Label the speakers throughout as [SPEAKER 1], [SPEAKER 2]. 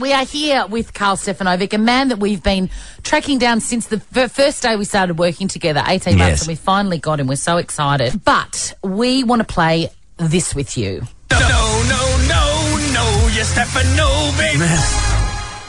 [SPEAKER 1] We are here with Carl Stefanovic, a man that we've been tracking down since the f- first day we started working together, 18 months,
[SPEAKER 2] Yes.
[SPEAKER 1] and we finally got him. We're so excited. But we want to play this with you.
[SPEAKER 3] No, no, no, no, no, you're Stefanovic.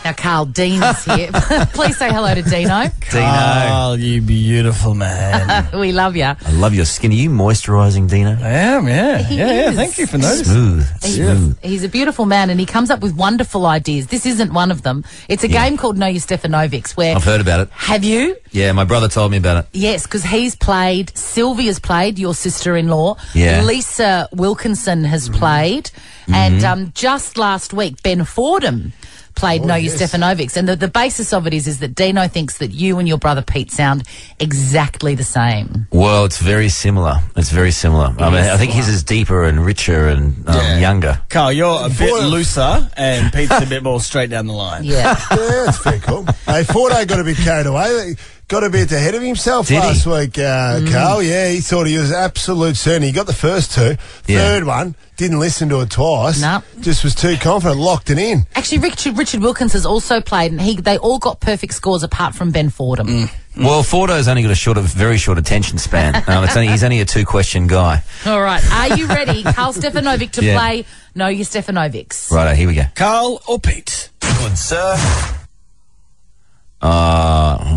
[SPEAKER 1] Now, Carl, Dean is here. Please say hello to Dino.
[SPEAKER 2] Dino.
[SPEAKER 4] Oh, you beautiful man.
[SPEAKER 1] We love you.
[SPEAKER 2] I love your skin. Are you moisturising, Dino?
[SPEAKER 4] I am, yeah.
[SPEAKER 1] He
[SPEAKER 4] yeah, yeah.
[SPEAKER 1] is.
[SPEAKER 4] Thank you for noticing.
[SPEAKER 2] Smooth. Smooth.
[SPEAKER 1] He's a beautiful man and he comes up with wonderful ideas. This isn't one of them. It's a game called Know Your Stefanovics where.
[SPEAKER 2] I've heard about it.
[SPEAKER 1] Have you?
[SPEAKER 2] Yeah, my brother told me about it.
[SPEAKER 1] Yes, because he's played, Sylvia's played, your sister in law.
[SPEAKER 2] Yeah.
[SPEAKER 1] Lisa Wilkinson has played. And
[SPEAKER 2] Mm-hmm.
[SPEAKER 1] um, just last week, Ben Fordham played Know Your Stefanovics. And the, the basis of it is, is that Dino thinks that you and your brother Pete sound exactly the same.
[SPEAKER 2] Well, it's very similar. It's very similar. I mean, I think his is deeper and richer and um, younger.
[SPEAKER 4] Carl, you're a bit looser and Pete's a bit more straight down the line.
[SPEAKER 1] Yeah.
[SPEAKER 5] Yeah, that's fair call. hey, Fordo got a bit carried away. Got a bit ahead of himself
[SPEAKER 2] Did he? Mm.
[SPEAKER 5] last week, uh, Carl. Yeah, he thought he was absolute certainty. He got the first two.
[SPEAKER 2] Yeah.
[SPEAKER 5] Third one, didn't listen to it twice.
[SPEAKER 1] No.
[SPEAKER 5] Just was too confident, locked it in.
[SPEAKER 1] Actually, Richard Richard Wilkins has also played, and he they all got perfect scores apart from Ben Fordham.
[SPEAKER 2] Mm. Well, Fordo's only got a short, a very short attention span. Um, it's only, he's only a two-question guy.
[SPEAKER 1] All right, are you ready, Carl Stefanovic, to
[SPEAKER 2] Yeah.
[SPEAKER 1] play No Your Stefanovics?
[SPEAKER 2] Righto, here we go.
[SPEAKER 4] Carl or Pete?
[SPEAKER 2] Good, sir. Uh,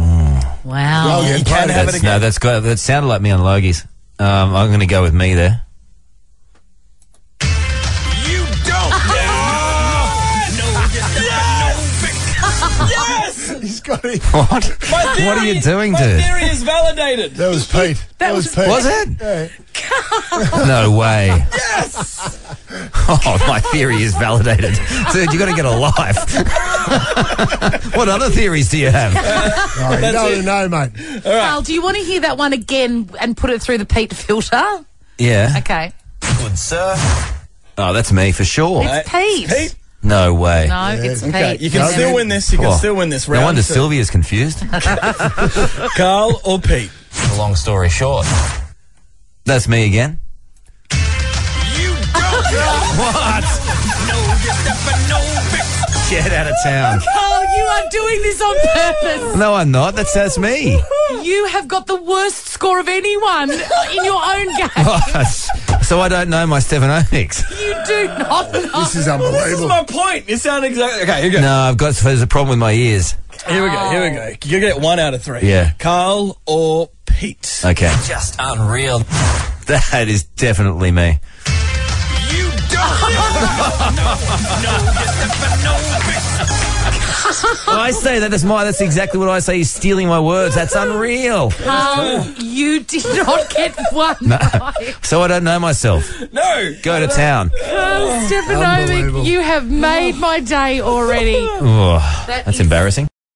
[SPEAKER 1] Wow.
[SPEAKER 5] Well, yeah,
[SPEAKER 4] Oh, you can
[SPEAKER 5] played it.
[SPEAKER 4] have it
[SPEAKER 2] that's, no, that's got, that sounded like me on Logie's. Um, I'm going to go with me there.
[SPEAKER 3] You don't know. No, you're Stefanovic. Yes!
[SPEAKER 5] He's got it.
[SPEAKER 2] What?
[SPEAKER 4] My
[SPEAKER 2] what are
[SPEAKER 4] theory-
[SPEAKER 2] you doing,
[SPEAKER 4] my
[SPEAKER 2] dude?
[SPEAKER 4] theory is validated.
[SPEAKER 5] That was Pete. That, was, Pete.
[SPEAKER 2] Was it?
[SPEAKER 5] Yeah.
[SPEAKER 2] No way. Yes! Oh, my theory is validated. Dude, you got to get a life. what other theories do you have?
[SPEAKER 5] Oh, you
[SPEAKER 4] it.
[SPEAKER 5] don't know, mate.
[SPEAKER 1] Carl, do you want to hear that one again and put it through the Pete filter?
[SPEAKER 2] Yeah.
[SPEAKER 1] Okay.
[SPEAKER 2] Good, sir. Oh, that's me for sure.
[SPEAKER 1] It's Pete.
[SPEAKER 4] Pete?
[SPEAKER 2] No way.
[SPEAKER 1] No, it's Pete.
[SPEAKER 4] Okay, you can
[SPEAKER 5] No,
[SPEAKER 4] still
[SPEAKER 5] dude.
[SPEAKER 4] win this. You can
[SPEAKER 2] Oh,
[SPEAKER 4] still win this
[SPEAKER 2] No
[SPEAKER 4] round.
[SPEAKER 2] wonder Sylvia's confused.
[SPEAKER 4] Carl or Pete?
[SPEAKER 2] Long story short. That's me again.
[SPEAKER 3] You don't know.
[SPEAKER 2] What?
[SPEAKER 3] No, you're Stefanovic.
[SPEAKER 2] Get out of town.
[SPEAKER 1] Carl, you are doing this on purpose.
[SPEAKER 2] No, I'm not. That's, that's me.
[SPEAKER 1] You have got the worst score of anyone in your own game.
[SPEAKER 2] Oh, so I don't know my Stefanovics.
[SPEAKER 1] You do not know.
[SPEAKER 5] This is
[SPEAKER 4] This is
[SPEAKER 5] unbelievable.
[SPEAKER 4] my point. You sound exactly. Okay, here we go.
[SPEAKER 2] No, I've got, there's a problem with my ears.
[SPEAKER 4] Here we go. Here we go. You get one out of three.
[SPEAKER 2] Yeah.
[SPEAKER 4] Carl or Pete?
[SPEAKER 2] Okay. Just unreal. That is definitely me.
[SPEAKER 3] You don't know. No, you're Stefanovic.
[SPEAKER 2] I say that that's my that's exactly what I say. He's stealing my words. That's unreal.
[SPEAKER 1] Carl, you did not get one. right.
[SPEAKER 2] So I don't know myself.
[SPEAKER 4] No.
[SPEAKER 2] Go to town.
[SPEAKER 1] Stefanovic,
[SPEAKER 5] Unbelievable.
[SPEAKER 1] you have made my day already.
[SPEAKER 2] Oh,
[SPEAKER 1] That
[SPEAKER 2] that's
[SPEAKER 1] is-
[SPEAKER 2] embarrassing.